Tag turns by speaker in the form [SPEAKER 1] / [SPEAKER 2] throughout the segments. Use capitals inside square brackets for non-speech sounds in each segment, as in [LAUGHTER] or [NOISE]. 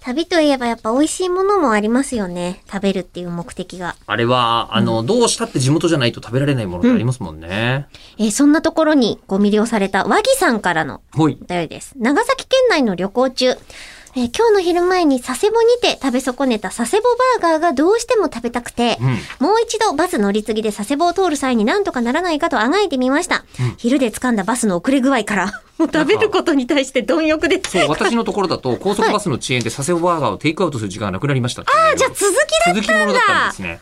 [SPEAKER 1] 旅といえばやっぱ美味しいものもありますよね。食べるっていう目的が。
[SPEAKER 2] あれは、あの、どうしたって地元じゃないと食べられないものってありますもんね。
[SPEAKER 1] えーそんなところにご魅了された和木さんからの
[SPEAKER 2] ほい
[SPEAKER 1] お。便りです。長崎県内の旅行中。えー今日の昼前に佐世保にて食べ損ねた佐世保バーガーがどうしても食べたくて、
[SPEAKER 2] うん。
[SPEAKER 1] もう一度バス乗り継ぎで佐世保を通る際になんとかならないかとあがいてみました。昼で掴んだバスの遅れ具合から、もう食べることに対して貪欲で。
[SPEAKER 2] そう、私のところだと、
[SPEAKER 1] [LAUGHS]
[SPEAKER 2] 高速バスの遅延で佐世保バーガーをテイクアウトする時間がなくなりましたっていう。あ
[SPEAKER 1] じゃあ続きだ
[SPEAKER 2] 続きものだったんですね。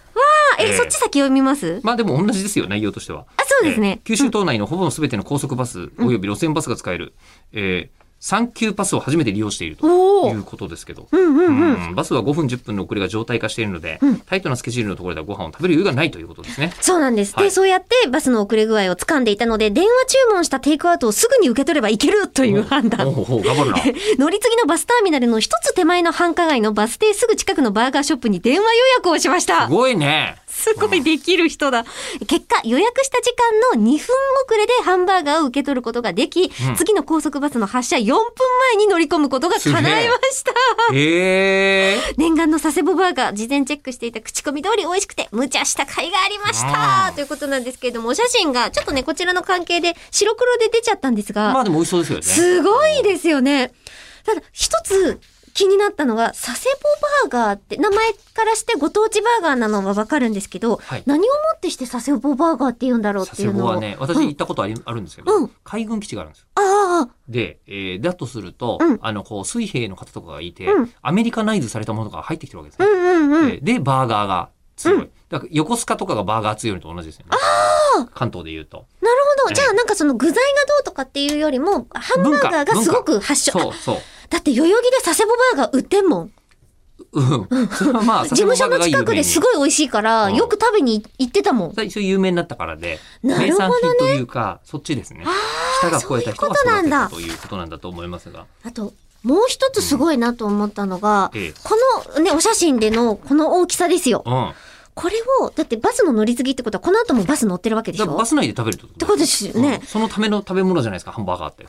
[SPEAKER 1] あ、え、
[SPEAKER 2] ええ
[SPEAKER 1] そっち先読みます
[SPEAKER 2] まあでも同じですよ、内容としては。
[SPEAKER 1] あ、そうですね
[SPEAKER 2] えー。九州島内のほぼ全ての高速バスおよび路線バスが使える、えー、3級パスを初めて利用していると
[SPEAKER 1] おお
[SPEAKER 2] いうことですけど、
[SPEAKER 1] うんうんうん。
[SPEAKER 2] うんバスは5分10分の遅れが常態化しているので、タイトなスケジュールのところではご飯を食べる余裕がないということで
[SPEAKER 1] [LAUGHS]
[SPEAKER 2] すね。
[SPEAKER 1] そうなんです。
[SPEAKER 2] は
[SPEAKER 1] で、
[SPEAKER 2] い
[SPEAKER 1] そうやってバスの遅れ具合を掴んでいたので、電話注文したテイクアウトをすぐに受け取ればいけるという判
[SPEAKER 2] おう
[SPEAKER 1] 断。
[SPEAKER 2] おうおう頑張るな。
[SPEAKER 1] [LAUGHS] 乗り継ぎのバスターミナルの一つ手前の繁華街のバス停すぐ近くのバーガーショップに電話予約をしまし
[SPEAKER 2] す
[SPEAKER 1] た。
[SPEAKER 2] ごいね。
[SPEAKER 1] すごいできる人だ。結果、予約した時間の2分遅れでハンバーガーを受け取ることができ、
[SPEAKER 2] ん
[SPEAKER 1] 次の高速バスの発車4分前に乗り込むことが叶いました。
[SPEAKER 2] へえ。
[SPEAKER 1] 念願の佐世保バーガー、事前チェックしていた口コミ通り美味しくて、無茶した甲斐がありました
[SPEAKER 2] あー
[SPEAKER 1] ということなんですけれども、お写真が、ちょっとね、こちらの関係で白黒で出ちゃったんですが、
[SPEAKER 2] まあでも美味しそうですよね。
[SPEAKER 1] すごいですよね。ただ、一つ気になったのが、佐世保バーガーって、名前からしてご当地バーガーなのはわかるんですけど、
[SPEAKER 2] はい
[SPEAKER 1] 何をもってして佐世保バーガーって言うんだろうっ
[SPEAKER 2] 佐
[SPEAKER 1] てい
[SPEAKER 2] 世
[SPEAKER 1] うの
[SPEAKER 2] 保
[SPEAKER 1] を。
[SPEAKER 2] はね、私行ったことあり、あるんですけど、
[SPEAKER 1] うん
[SPEAKER 2] 海軍基地があるんですよ。
[SPEAKER 1] ああ、
[SPEAKER 2] で、えーだとすると、
[SPEAKER 1] うん
[SPEAKER 2] あの、こう、水兵の方とかがいて、
[SPEAKER 1] うん
[SPEAKER 2] アメリカナイズされたものが入ってきてるわけです
[SPEAKER 1] う
[SPEAKER 2] ね。
[SPEAKER 1] んうんうん。
[SPEAKER 2] でで、バーガーが強い。
[SPEAKER 1] うん
[SPEAKER 2] だから横須賀とかがバーガー強いのと同じですよね。関東で言うと。
[SPEAKER 1] なるほど。
[SPEAKER 2] ええ
[SPEAKER 1] じゃあ、なんかその具材がどうとかっていうよりも、ハンバーガーがすごく発祥。
[SPEAKER 2] そうそう。
[SPEAKER 1] だって代々木で佐世保バーガー売ってんもん。 [LAUGHS]
[SPEAKER 2] うん。それはまあ、
[SPEAKER 1] 事務所の近くです
[SPEAKER 2] い。
[SPEAKER 1] ごい美味しいから、
[SPEAKER 2] うん
[SPEAKER 1] よく食べに行ってたもん。
[SPEAKER 2] 最初有名になったからで、
[SPEAKER 1] な
[SPEAKER 2] 名
[SPEAKER 1] るほど
[SPEAKER 2] 産
[SPEAKER 1] ね
[SPEAKER 2] 品というか、そっちですね。舌が超えた人が
[SPEAKER 1] そういうこと
[SPEAKER 2] 育
[SPEAKER 1] なん
[SPEAKER 2] て
[SPEAKER 1] だ
[SPEAKER 2] たということなんだと思いますが。
[SPEAKER 1] あと、もう一つすごいなと思ったのが、
[SPEAKER 2] ええ
[SPEAKER 1] このね、お写真でのこの大きさですよ。
[SPEAKER 2] うん。
[SPEAKER 1] これを、だってバスの乗り継ぎってことは、この後もバス乗ってるわけでし
[SPEAKER 2] だから
[SPEAKER 1] ょ
[SPEAKER 2] バス内で食べるってこと
[SPEAKER 1] ってことですよね
[SPEAKER 2] うんそのための食べ物じゃないですか、ハンバーガーって。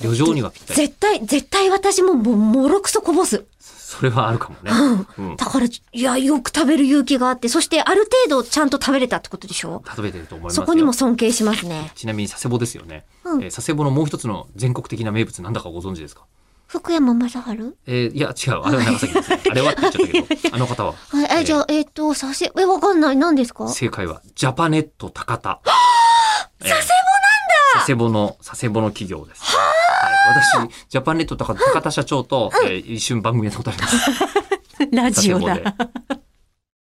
[SPEAKER 2] 旅情にはぴったり。
[SPEAKER 1] 絶対、絶対私ももう、もろくそこぼす。
[SPEAKER 2] それはあるかもね。うん。
[SPEAKER 1] だから、いや、よく食べる勇気があって、そしてある程度ちゃんと食べれたってことでしょ
[SPEAKER 2] 食べてると思います
[SPEAKER 1] そ
[SPEAKER 2] よ。
[SPEAKER 1] こにも尊敬しますね。
[SPEAKER 2] ちなみに佐世保ですよね。
[SPEAKER 1] うん
[SPEAKER 2] えー佐世保のもう一つの全国的な名物なんだかご存知ですか
[SPEAKER 1] 福山雅治
[SPEAKER 2] えーいや、違う。あれは長崎です [LAUGHS] ね。あれはって言っちゃったけど、あの方は。
[SPEAKER 1] はい、え、じゃあ、えっと、させ、え、わかんない。何ですか
[SPEAKER 2] 正解は、ジャパネット高田。佐世保なんだ佐世保の、佐世保の企業です。はい、 [LAUGHS] 私、ジャパネット高田高田社長と、えー一瞬番組やったことあります。
[SPEAKER 1] ラ
[SPEAKER 2] 佐世保で。